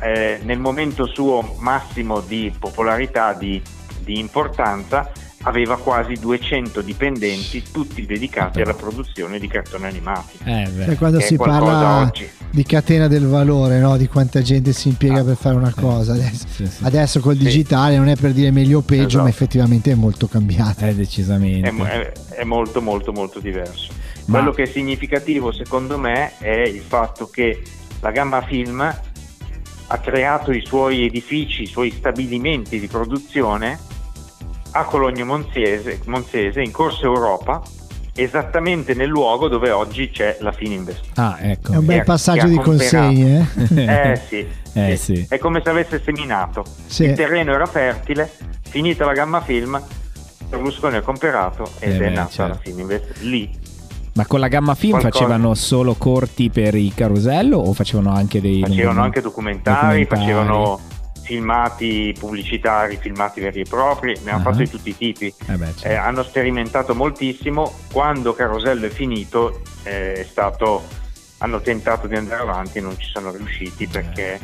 eh, nel momento suo massimo di popolarità, di, di importanza, aveva quasi 200 dipendenti, tutti dedicati alla produzione di cartoni animati.
Eh, beh.
Sai, Cioè, quando
che è
si
qualcosa
parla
oggi.
di catena del valore, no? di quanta gente si impiega per fare una cosa adesso.
Eh. Sì, sì.
Adesso col digitale non è per dire meglio o peggio,
Esatto.
ma effettivamente è molto cambiata.
Eh, decisamente.
È, mo- è- è molto molto molto diverso.
Ma-
Quello che è significativo secondo me è il fatto che la Gamma Film ha creato i suoi edifici, i suoi stabilimenti di produzione a Cologno Monzese, Monzese in Corso Europa, esattamente nel luogo dove oggi c'è la Fininvest.
Ah, ecco. [LAUGHS]
È un bel
Che ha-
passaggio
che ha
di
comperato.
consegne. eh?
Eh sì,
Eh,
sì.
sì.
è come se avesse seminato.
[LAUGHS] Sì.
Il terreno era fertile, finita la gamma film, Berlusconi ha comperato ed
Eh
è
beh,
nata
certo.
la Fininvest lì.
Ma con la gamma film
Qualcosa.
facevano solo corti per il carosello o facevano anche dei...
Facevano
lunghi-
anche documentari,
documentari?
facevano filmati pubblicitari, filmati veri e propri, ne hanno
Ah.
fatto di tutti i tipi.
Eh beh, certo.
Eh, hanno sperimentato moltissimo, quando Carosello è finito eh, è stato, hanno tentato di andare avanti, non ci sono riusciti perché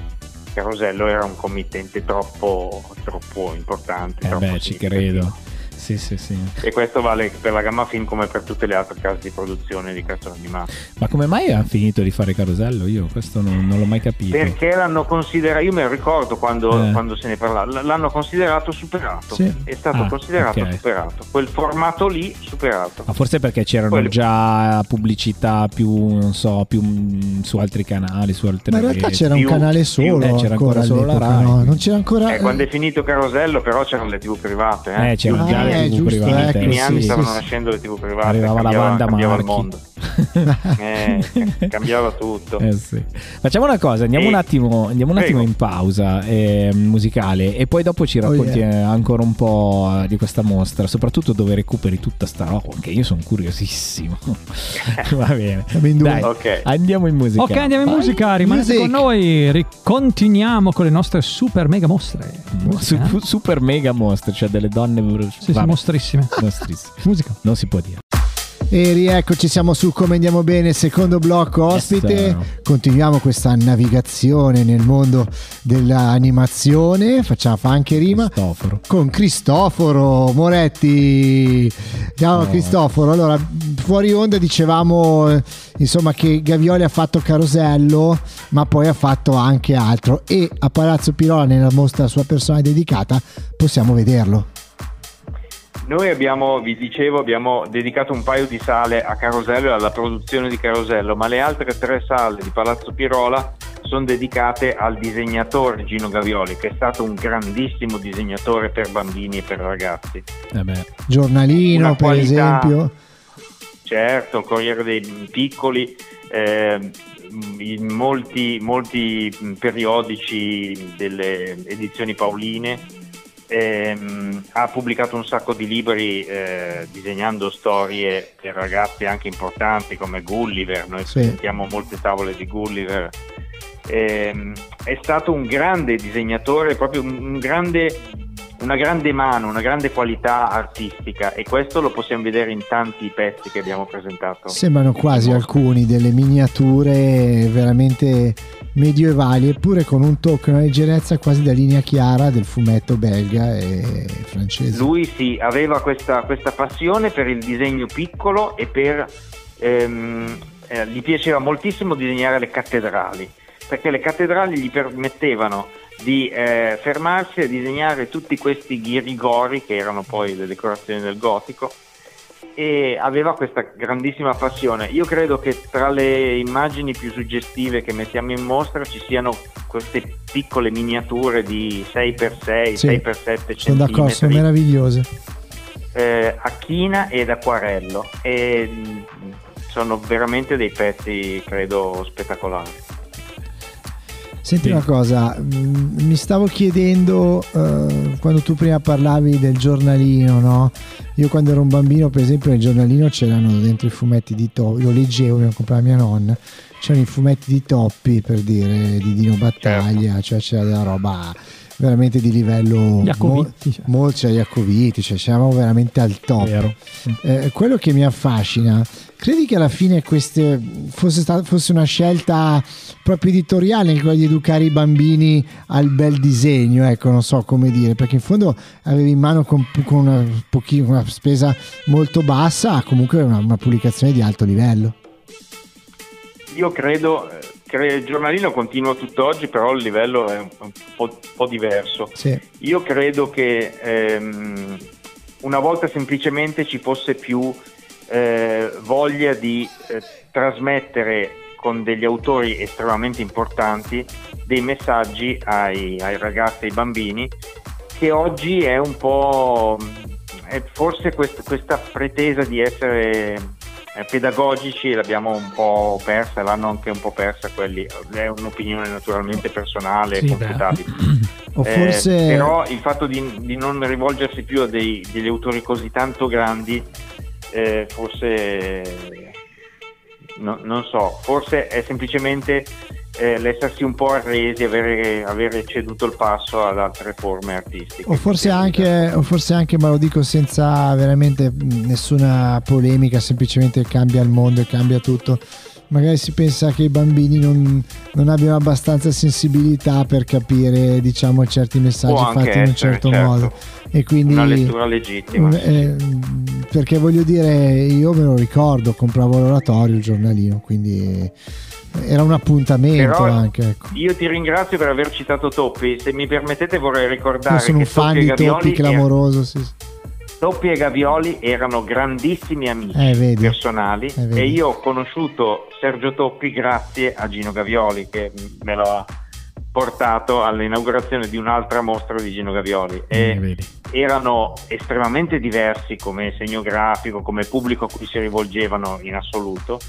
Carosello era un committente troppo, troppo importante.
Eh
troppo
beh, ci
significativo.
credo. Sì, sì, sì.
E questo vale per la gamma film come per tutte le altre case di produzione di cartoni animati.
Ma come mai hanno finito di fare carosello? Io questo non, non l'ho mai capito.
Perché l'hanno considerato, io me lo ricordo quando,
Eh.
quando se ne parlava, l- l'hanno considerato superato,
Sì.
è stato
Ah,
considerato
ok.
superato, quel formato lì superato.
Ma forse perché c'erano
Quelli-
già pubblicità più, non so, più mm, su altri canali, su altre
Ma in realtà
reti.
c'era un
più-
canale
più-
solo,
eh, c'era ancora solo la
all'epoca,
Rai,
no?
quindi.
Non c'era ancora...
Eh,
[LAUGHS]
quando è finito Carosello però c'erano le tv private, eh.
Eh, c'era
Ah,
già le
eh,
tv
giusto,
negli
private.
ecco,
ultimi
sì,
anni
sì,
stavano
sì.
nascendo le tv private,
Arrivava la
cambiava,
banda
cambiava
Marchi. [LAUGHS]
il mondo, Eh, cambiava tutto.
Eh sì. Facciamo una cosa, andiamo
Sì.
un attimo, andiamo un
Prego.
attimo in pausa eh, musicale e poi dopo ci racconti
yeah.
eh, ancora un po' di questa mostra, soprattutto dove recuperi tutta sta roba, che io sono curiosissimo. Va bene.
Siamo in due.
Dai,
Ok.
andiamo in musica.
Ok, andiamo in
Vai.
musica, rimanete
Music.
con noi, ri- continuiamo con le nostre super mega mostre.
Su-
Eh?
super mega mostre, cioè delle donne
Sì, sì,
Vabbè.
mostrissime.
mostrissime.
Musica.
Non si può dire.
E rieccoci, ecco, siamo su Come Andiamo Bene, secondo blocco ospite. Continuiamo questa navigazione nel mondo dell'animazione. Facciamo fa anche rima. Con Cristoforo Moretti. Ciao
No.
Cristoforo. Allora, fuori onda dicevamo eh, insomma che Gavioli ha fatto Carosello, ma poi ha fatto anche altro. E a Palazzo Pirola, nella mostra sua persona dedicata, possiamo vederlo.
Noi abbiamo, vi dicevo, abbiamo dedicato un paio di sale a Carosello e alla produzione di Carosello, ma le altre tre sale di Palazzo Pirola sono dedicate al disegnatore Gino Gavioli, che è stato un grandissimo disegnatore per bambini e per ragazzi.
Eh
Giornalino,
Una
per
qualità.
esempio.
Certo, Corriere dei Piccoli, eh, in molti, molti periodici delle edizioni pauline, ehm, ha pubblicato un sacco di libri eh, disegnando storie per ragazzi anche importanti come Gulliver, noi
Sì.
sentiamo molte tavole di Gulliver. Ehm, è stato un grande disegnatore, proprio un un grande una grande mano, una grande qualità artistica e questo lo possiamo vedere in tanti pezzi che abbiamo presentato.
Sembrano quasi alcuni delle miniature veramente medievali, eppure con un tocco e una leggerezza quasi da linea chiara del fumetto belga e francese.
Lui sì, aveva questa, questa passione per il disegno piccolo e per... ehm, eh, gli piaceva moltissimo disegnare le cattedrali, perché le cattedrali gli permettevano di eh, fermarsi a disegnare tutti questi ghirigori che erano poi le decorazioni del gotico e aveva questa grandissima passione. Io credo che tra le immagini più suggestive che mettiamo in mostra ci siano queste piccole miniature di 6x6,
Sì,
6x7
Sono d'accordo, sono
centimetri
meravigliose.
eh, a china ed acquarello e mh, sono veramente dei pezzi credo spettacolari.
Senti una cosa, mh, mi stavo chiedendo eh, quando tu prima parlavi del giornalino, no? Io quando ero un bambino, per esempio, nel giornalino c'erano dentro i fumetti di Toppi, lo leggevo, lo comprava mia nonna, c'erano i fumetti di Toppi, per dire, di Dino Battaglia, cioè c'era della roba veramente di livello...
Iacovitti, cioè.
Mo- mo c'è Iacoviti, cioè siamo veramente al top. Eh, quello che mi affascina, credi che alla fine queste fosse, sta- fosse una scelta proprio editoriale in quella di educare i bambini al bel disegno, ecco, non so come dire, perché in fondo avevi in mano con, con una, pochi- una spesa molto bassa, comunque una, una pubblicazione di alto livello.
Io credo, eh, cre- il giornalino continua tutt'oggi, però il livello è un un po', un po' diverso.
Sì.
Io credo che ehm, una volta semplicemente ci fosse più eh, voglia di eh, trasmettere con degli autori estremamente importanti dei messaggi ai, ai ragazzi e ai bambini che oggi è un po' è forse quest- questa pretesa di essere eh, pedagogici l'abbiamo un po' persa, l'hanno anche un po' persa quelli, è un'opinione naturalmente personale,
Sì, beh.
confutabile.
O
Eh,
forse-
però il fatto di, di non rivolgersi più a dei- degli autori così tanto grandi, eh, forse no- non so, forse è semplicemente eh, l'essersi un po' arresi, avere, avere ceduto il passo ad altre forme artistiche.
O forse, anche, o forse anche, ma lo dico senza veramente mh, nessuna polemica, semplicemente cambia il mondo e cambia tutto. Magari si pensa che i bambini non, non abbiano abbastanza sensibilità per capire diciamo, certi messaggi
anche
fatti in un
essere,
certo,
certo.
modo. E quindi,
Una lettura legittima.
Eh, perché voglio dire, io me lo ricordo, compravo l'oratorio, il giornalino, quindi era un appuntamento
Però-
anche. ecco.
Io ti ringrazio per aver citato Toppi, se mi permettete vorrei ricordare
Io sono
che
un fan
Toppi,
di
e Gavioli
Toppi
erano,
clamoroso. Sì, sì.
Toppi e Gavioli erano grandissimi amici
Eh, vedi.
personali
Eh, vedi.
e io ho conosciuto Sergio Toppi grazie a Gino Gavioli che me lo ha portato all'inaugurazione di un'altra mostra di Gino Gavioli e Eh, erano estremamente diversi come segno grafico, come pubblico a cui si rivolgevano in assoluto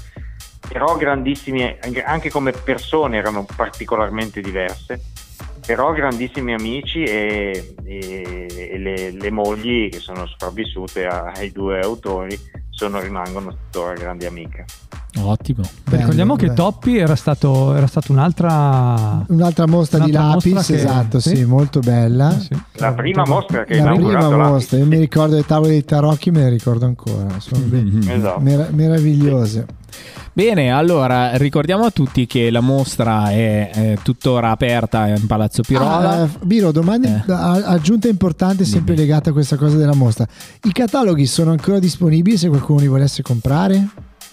però grandissimi, anche come persone erano particolarmente diverse, però grandissimi amici e, e- e le, le mogli che sono sopravvissute a- ai due autori sono, rimangono tuttora grandi amiche.
Ottimo.
Bello,
Ricordiamo che
bello.
Toppi era stato, era stato un'altra.
Un'altra mostra di
Un'altra
lapis,
mostra che-
esatto, sì,
sì.
molto bella.
La prima mostra che
La prima
inaugurato la-
mostra, io mi ricordo le tavole dei tarocchi, me le ricordo ancora, sono
Mm-hmm.
be-
Esatto.
mera- meravigliose.
Bene, allora ricordiamo a tutti che la mostra è, eh, tuttora aperta in Palazzo Pirola.
Ah, eh, Biro, domanda
Eh.
a- aggiunta importante, sempre legata a questa cosa della mostra. I cataloghi sono ancora disponibili se qualcuno li volesse comprare?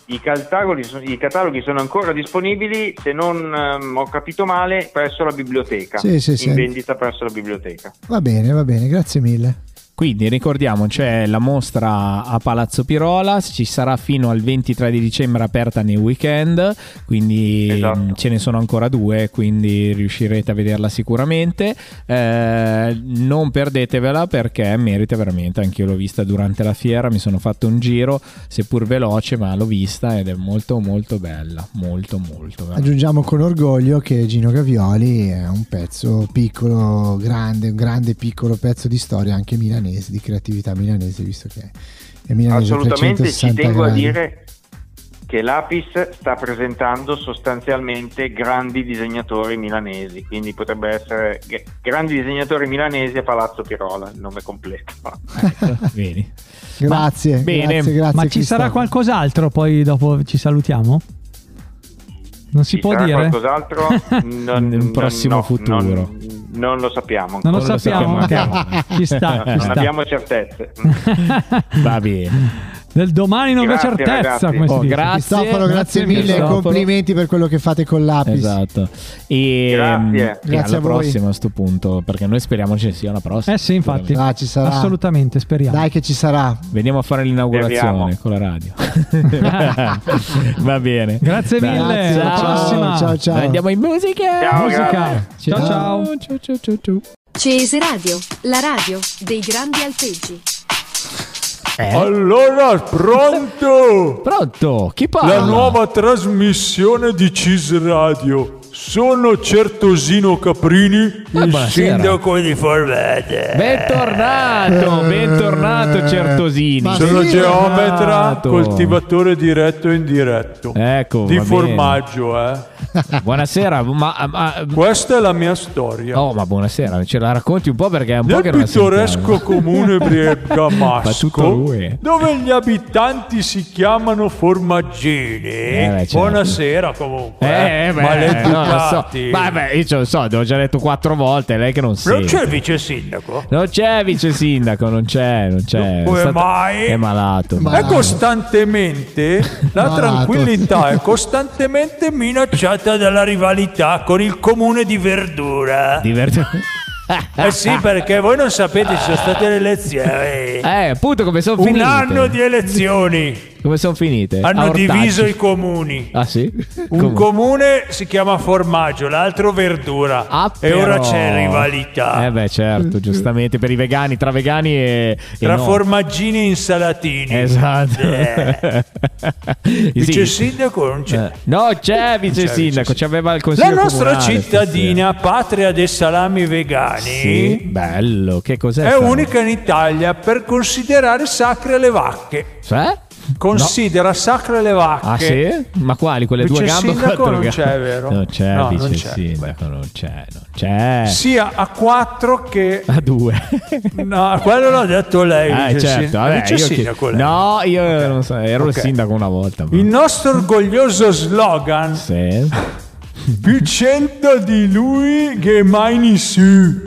I cataloghi, so- i cataloghi sono ancora disponibili, se non ehm, ho capito male, presso la biblioteca.
Sì, sì,
in
sì.
vendita presso la biblioteca.
Va bene, va bene, grazie mille.
Quindi ricordiamo, c'è la mostra a Palazzo Pirola, ci sarà fino al 23 di dicembre aperta nei weekend, quindi mh, ce ne sono ancora due, quindi riuscirete a vederla sicuramente. Eh, non perdetevela perché merita veramente, anche io l'ho vista durante la fiera, mi sono fatto un giro, seppur veloce, ma l'ho vista ed è molto molto bella, molto molto bella.
Aggiungiamo con orgoglio che Gino Gavioli è un pezzo piccolo, grande, un grande piccolo pezzo di storia anche milanese, di creatività milanese, visto che è milanese a
Assolutamente ci
360
tengo a
gradi.
dire che l'Apis sta presentando sostanzialmente grandi disegnatori milanesi, quindi potrebbe essere G- Grandi disegnatori milanesi a Palazzo Pirola, il nome completo.
[LAUGHS]
[LAUGHS] Vedi.
Grazie,
Ecco. bene.
grazie, grazie.
Ma ci sarà
Cristoforo.
qualcos'altro poi dopo ci salutiamo? Non si
Ci
può
sarà
dire. [LAUGHS]
qualcos'altro? Non,
Nel prossimo
no,
futuro.
Non, non lo sappiamo.
Non lo
ancora.
sappiamo.
abbiamo-
Ci sta, ci
Eh, non
sta.
abbiamo certezze.
Va
[LAUGHS]
bene.
[LAUGHS] Del domani non c'è
Grazie,
certezza.
ragazzi.
Come si
Oh,
dice.
grazie.
Cristoforo, grazie,
Grazie
mille,
Cristoforo.
complimenti per quello che fate con l'Apis.
Esatto. E, mm,
Grazie.
e
Grazie a
alla
voi.
prossima a sto punto, perché noi speriamo ci sia una prossima.
Eh sì, infatti.
Ah, ci sarà.
Assolutamente, speriamo.
Dai che ci sarà.
Veniamo a fare l'inaugurazione
Speriamo.
con la
[LAUGHS]
radio. Va bene.
Grazie
Dai.
mille,
Ciao.
alla prossima.
Ciao, ciao.
Andiamo in musica.
Ciao,
Musica. Ciao ciao.
ciao, ciao, ciao, ciao.
Cese Radio, la radio dei grandi alpeggi.
Allora, pronto?
Pronto, chi parla?
La nuova trasmissione di CIS Radio. Sono Certosino Caprini, il
buonasera.
sindaco di Forvete.
Bentornato, bentornato Certosini.
Eh. Ma
Sono
sì,
geometra,
bentornato.
coltivatore diretto e indiretto.
Ecco,
Di
va bene.
formaggio, eh.
Buonasera, ma, ma-
Questa è la mia storia.
oh, ma buonasera, ce la racconti un po' perché è un po'
Nel
che non la
pittoresco
sentiamo.
comune
Fa tutto
bergamasco,
lui.
dove gli abitanti si chiamano formaggini,
Eh, beh, certo.
buonasera comunque,
Eh, eh, beh, non lo so.
maleducati.
Ma, beh, io ce lo so, te l'ho già detto quattro volte, lei che non
non
sente.
c'è il vice sindaco?
Non c'è vice sindaco, non c'è, non c'è.
Come
È stato-
mai?
È malato.
È costantemente la
Malato.
tranquillità è costantemente minacciata dalla rivalità con il comune di Verdura.
Divertente.
Eh sì, perché voi non sapete ci sono state le elezioni.
[LAUGHS] Eh, appunto come sono
Un
finite.
anno di elezioni.
Come sono finite? A
Hanno
ortaggi.
diviso i comuni.
Ah sì? [LAUGHS]
Un comune si chiama formaggio, l'altro verdura.
Ah,
e
però.
ora c'è rivalità
Eh beh, certo, giustamente per i vegani, tra vegani e e
tra
no.
formaggini e insalatini.
[LAUGHS] Esatto.
Eh.
Sì.
Vice sindaco non c'è.
Eh, No, c'è vice
c'è
sindaco,
vice
ci aveva il
La
consiglio
nostra
comunale
cittadina, patria dei salami vegani,
stasera. Sì, Eh, bello, che cos'è?
è
sta roba?
unica in Italia per considerare sacre le vacche.
Cioè?
Considera sacre le vacche.
Ah sì? Ma quali? Quelle
Vice
due gambe? o
sindaco
quattro
non
gambe?
c'è, vero?
Non c'è
No,
vice
non c'è.
sindaco, non c'è, non c'è.
Sia a quattro che
A due.
No, quello l'ha detto lei.
Eh,
vice
certo,
sindaco.
vabbè,
Vice
io
sindaco
chi-
lei.
No, io non so, ero il
Ok.
sindaco una volta. ma-
Il nostro orgoglioso slogan
Sì.
più cento di lui che mai nessuno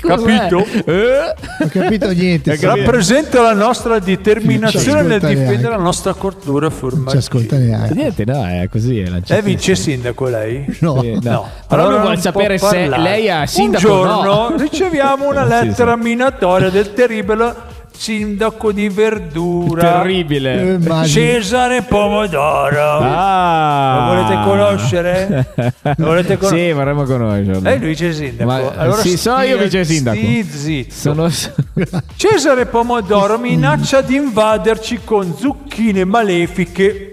Capito?
Eh?
Non ho
[LAUGHS]
capito niente.
È
sì. Non
Rappresenta la nostra determinazione
Non ci
nel
ascolta
difendere
neanche.
la nostra cultura
ci
formaggina.
ascolta neanche.
Niente, no, è così. È, la
È vice sindaco lei?
No.
Sì, no.
No,
Però lui vuole
non
sapere
può
se
parlare.
lei ha sindaco
Un
o no.
giorno
[LAUGHS]
riceviamo una
Sì, sì.
lettera minatoria del terribile sindaco di Verdura,
Eh,
Terribile.
immagino.
Cesare Pomodoro. Eh,
Ah.
Lo volete
[LAUGHS]
conoscere? Lo volete conos-
Sì, vorremmo conoscerlo.
È il vice sindaco.
Ma- eh,
allora
sì, sono
stia-
io vice sindaco.
stii zitto.
Sono...
[LAUGHS] Cesare Pomodoro minaccia di invaderci con zucchine
[LAUGHS]
malefiche.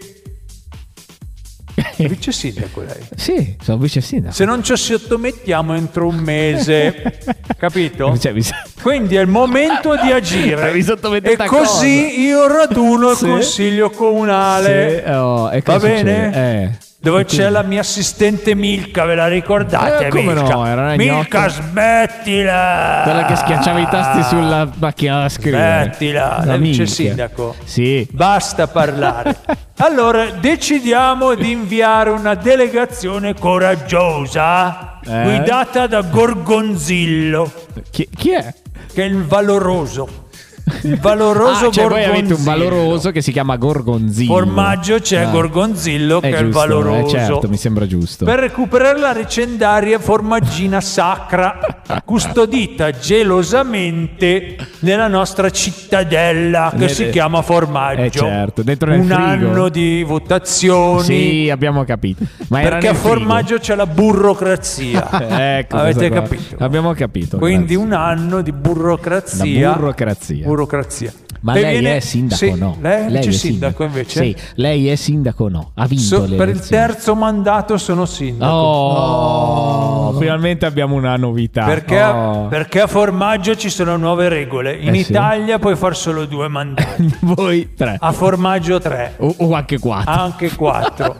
Vice sindaco lei.
sì, sono vice sindaco. [LAUGHS]
Se non ci sottomettiamo entro un mese, capito?
Cioè, mi sa-
Quindi è il momento di agire.
Mi sottomettete
e
a
così
cosa?
io raduno
Sì.
il consiglio comunale.
Sì, oh, e
Va
cosa
bene?
succede? Eh.
Dove
E quindi?
c'è la mia assistente Milka, ve la ricordate?
Eh, come
Milka,
no, era una
Milka
gnocca.
smettila!
Quella che schiacciava i tasti
Ah.
sulla macchina da scrivere.
Smettila,
La
la vice
minchia.
sindaco.
Sì.
Basta
[LAUGHS]
parlare. allora, decidiamo di inviare una delegazione coraggiosa
Eh?
guidata da Gorgonzillo.
Chi, chi è?
Che è il valoroso.
[LAUGHS]
Il valoroso
ah, cioè voi
Gorgonzillo.
avete un valoroso che si chiama Gorgonzillo.
Formaggio c'è Gorgonzillo che è il
Ah. giusto,
valoroso.
eh, certo, mi sembra giusto.
Per recuperare la recendaria formaggina
[LAUGHS]
sacra, custodita gelosamente nella nostra cittadella che
Nel-
si chiama Formaggio.
Eh, certo, dentro nel
Un
frigo.
anno di votazioni.
Sì, abbiamo capito. Ma era
perché a
nel frigo.
Formaggio c'è la burocrazia.
Eh,
[LAUGHS]
[LAUGHS] ecco
Avete
questa qua.
capito?
Abbiamo capito.
Quindi
grazie.
un anno di burocrazia.
La burocrazia.
burocrazia.
Ma
E
lei
viene-
è sindaco
sì,
o no?
Lei,
è
è sindaco invece?
Sì, lei è sindaco o no? Ha vinto
So-
le
per il
elezioni.
terzo mandato sono sindaco.
Oh, finalmente abbiamo una novità.
Perché,
Oh.
perché a formaggio ci sono nuove regole. In
Eh sì.
Italia puoi far solo due mandati,
[LAUGHS] voi tre.
a formaggio tre,
O, o anche quattro.
anche quattro.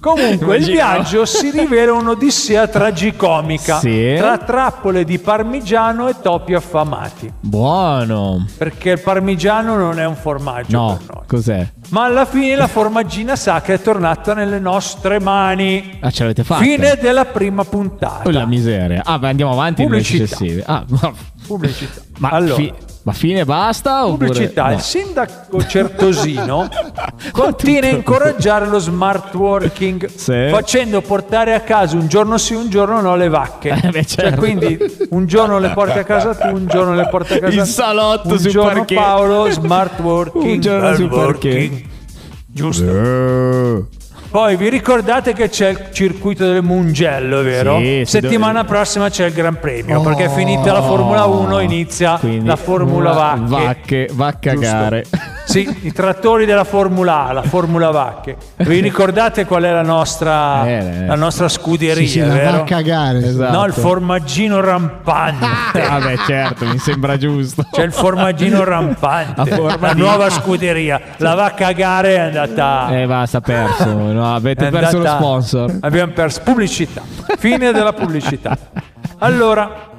Comunque il
Immagino.
viaggio si rivela un'odissea tragicomica
Sì.
tra trappole di parmigiano e topi affamati.
Buono.
Perché il parmigiano non è un formaggio.
No,
per noi.
cos'è?
Ma alla fine la formaggina sacra è tornata nelle nostre mani.
Ah, ce l'avete fatta.
Fine della prima puntata.
Oh, la miseria. Ah, beh, andiamo avanti nelle
Pubblicità.
successive. Ah, ma,
Pubblicità.
ma
allora,
fi- ma fine basta? Oppure...
pubblicità.
no.
Il sindaco
[LAUGHS]
Certosino continua a incoraggiare lo smart working
Sì.
facendo portare a casa un giorno sì, un giorno no le vacche.
Eh,
Cioè,
beh, certo.
quindi un giorno le porti a casa tu, un giorno le porti a casa
Il salotto
un
sul
giorno
parquet.
Paolo, smart working.
[LAUGHS] Un giorno
smart
sul parquet.
working. Giusto.
Eh.
Poi vi ricordate che c'è il circuito del Mungello, vero?
Sì, sì,
Settimana prossima c'è il Gran Premio, perché è finita la Formula 1, inizia
Quindi
la Formula
una-
Vacche.
Vacche, va a
[LAUGHS]
cagare.
Sì, i trattori della Formula A, la Formula Vacche. Vi ricordate qual è la nostra,
Eh, eh.
la nostra scuderia,
Sì, sì, la va
vero?
a cagare.
No, il
Esatto.
formaggino rampante.
Vabbè, certo, mi sembra giusto.
C'è il formaggino rampante,
A forma
la
di-
nuova scuderia. La va a cagare è andata...
[LAUGHS] Eh, basta, perso. No, avete
È
perso lo
andata-
sponsor.
[LAUGHS] Abbiamo perso pubblicità. Fine della pubblicità. Allora,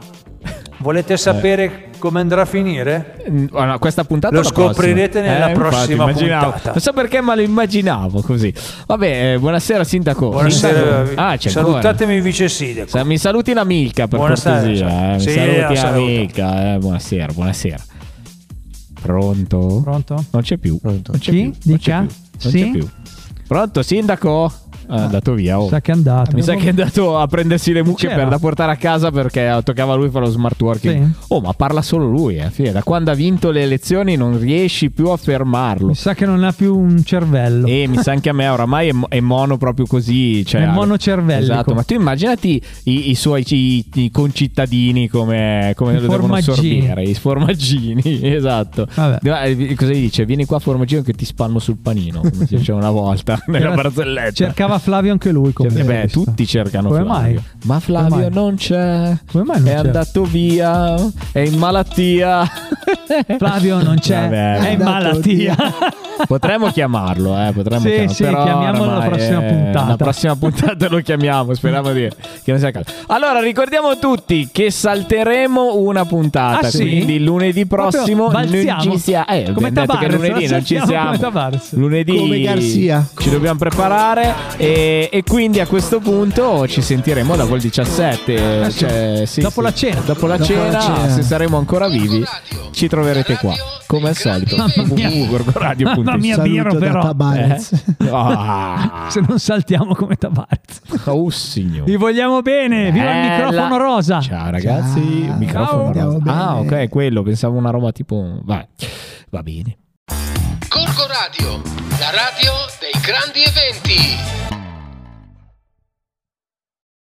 volete sapere come andrà a finire?
Mm, ah, no, questa puntata
Lo
o la prossima? Eh,
scoprirete nella
infatti,
prossima
immaginavo.
puntata.
Non so perché, ma lo immaginavo così. Vabbè, eh, buonasera, sindaco.
Buonasera,
Sindaco? Ah, c'è ancora.
salutatemi vice sindaco.
Sa- Mi saluti la Milka per
Buonasera,
cortesia. eh. Mi
sì, la
saluti la
saluto.
Milka. eh. Buonasera, buonasera. Pronto?
Pronto?
Non c'è più. Non
Chi?
c'è più. Non c'è
Dica?
più. Non
Sì?
c'è più. Pronto, sindaco? Ah, È andato via. oh.
Sa che è andato.
Mi sa che è andato a prendersi le mucche
C'era.
per da portare a casa perché toccava a lui fare lo smart working. Oh, ma parla solo lui. Eh. Fine, Da quando ha vinto le elezioni non riesci più a fermarlo.
Mi sa che non ha più un cervello.
E mi sa anche a me oramai è, mo- è mono proprio così. Cioè,
È monocervellico.
Esatto, ma tu immaginati i, i suoi i- i concittadini come, come
I
lo devono
formaggini.
sorbire, i formaggini. [LAUGHS] Esatto.
Vabbè.
Eh, Cosa gli dice? Vieni qua formaggino che ti spanno sul panino, come si diceva
[LAUGHS]
una volta nella
Era-
barzelletta.
Cercava Flavio anche lui. Come
Eh beh,
visto.
tutti cercano
Come
Flavio.
mai?
Ma Flavio
Come mai?
non c'è.
Come mai non
è
c'è?
andato via. È in malattia.
[LAUGHS] Flavio non c'è,
eh? Vabbè.
è in malattia.
Potremmo chiamarlo, eh, potremmo
Sì,
chiamarlo,
sì,
però
chiamiamolo la
ormai
prossima
è-
puntata.
La prossima puntata lo chiamiamo, speriamo di che non sia caldo. Allora, ricordiamo a tutti che salteremo una puntata,
Ah, sì?
quindi lunedì prossimo
Proprio
non
balziamo.
ci sia. Eh, abbiamo
Come
detto che
Tavares,
lunedì
la
non ci
saltiamo
siamo.
come Tavares.
Lunedì
Come Garcia.
ci dobbiamo preparare e, e quindi a questo punto ci sentiremo dopo il 17,
Eh, sì.
cioè, sì,
Dopo
sì.
la cena.
Dopo la
Dopo la
cena,
cena.
se saremo ancora vivi, ci troverete qua, come al solito.
Mamma mia.
www.gorgoradio.it.
Mamma mia, Biro,
Saluto da
però.
Tabarez.
Ah,
[LAUGHS] Se non saltiamo come Tavares.
oh signore.
Vi vogliamo bene. Viva il
Bella.
microfono rosa.
Ciao ragazzi, il microfono
Ciao.
rosa. Ah,
Andiamo bene.
ok, quello, pensavo una roba tipo vai. Va bene.
Corco Radio, la radio dei grandi eventi.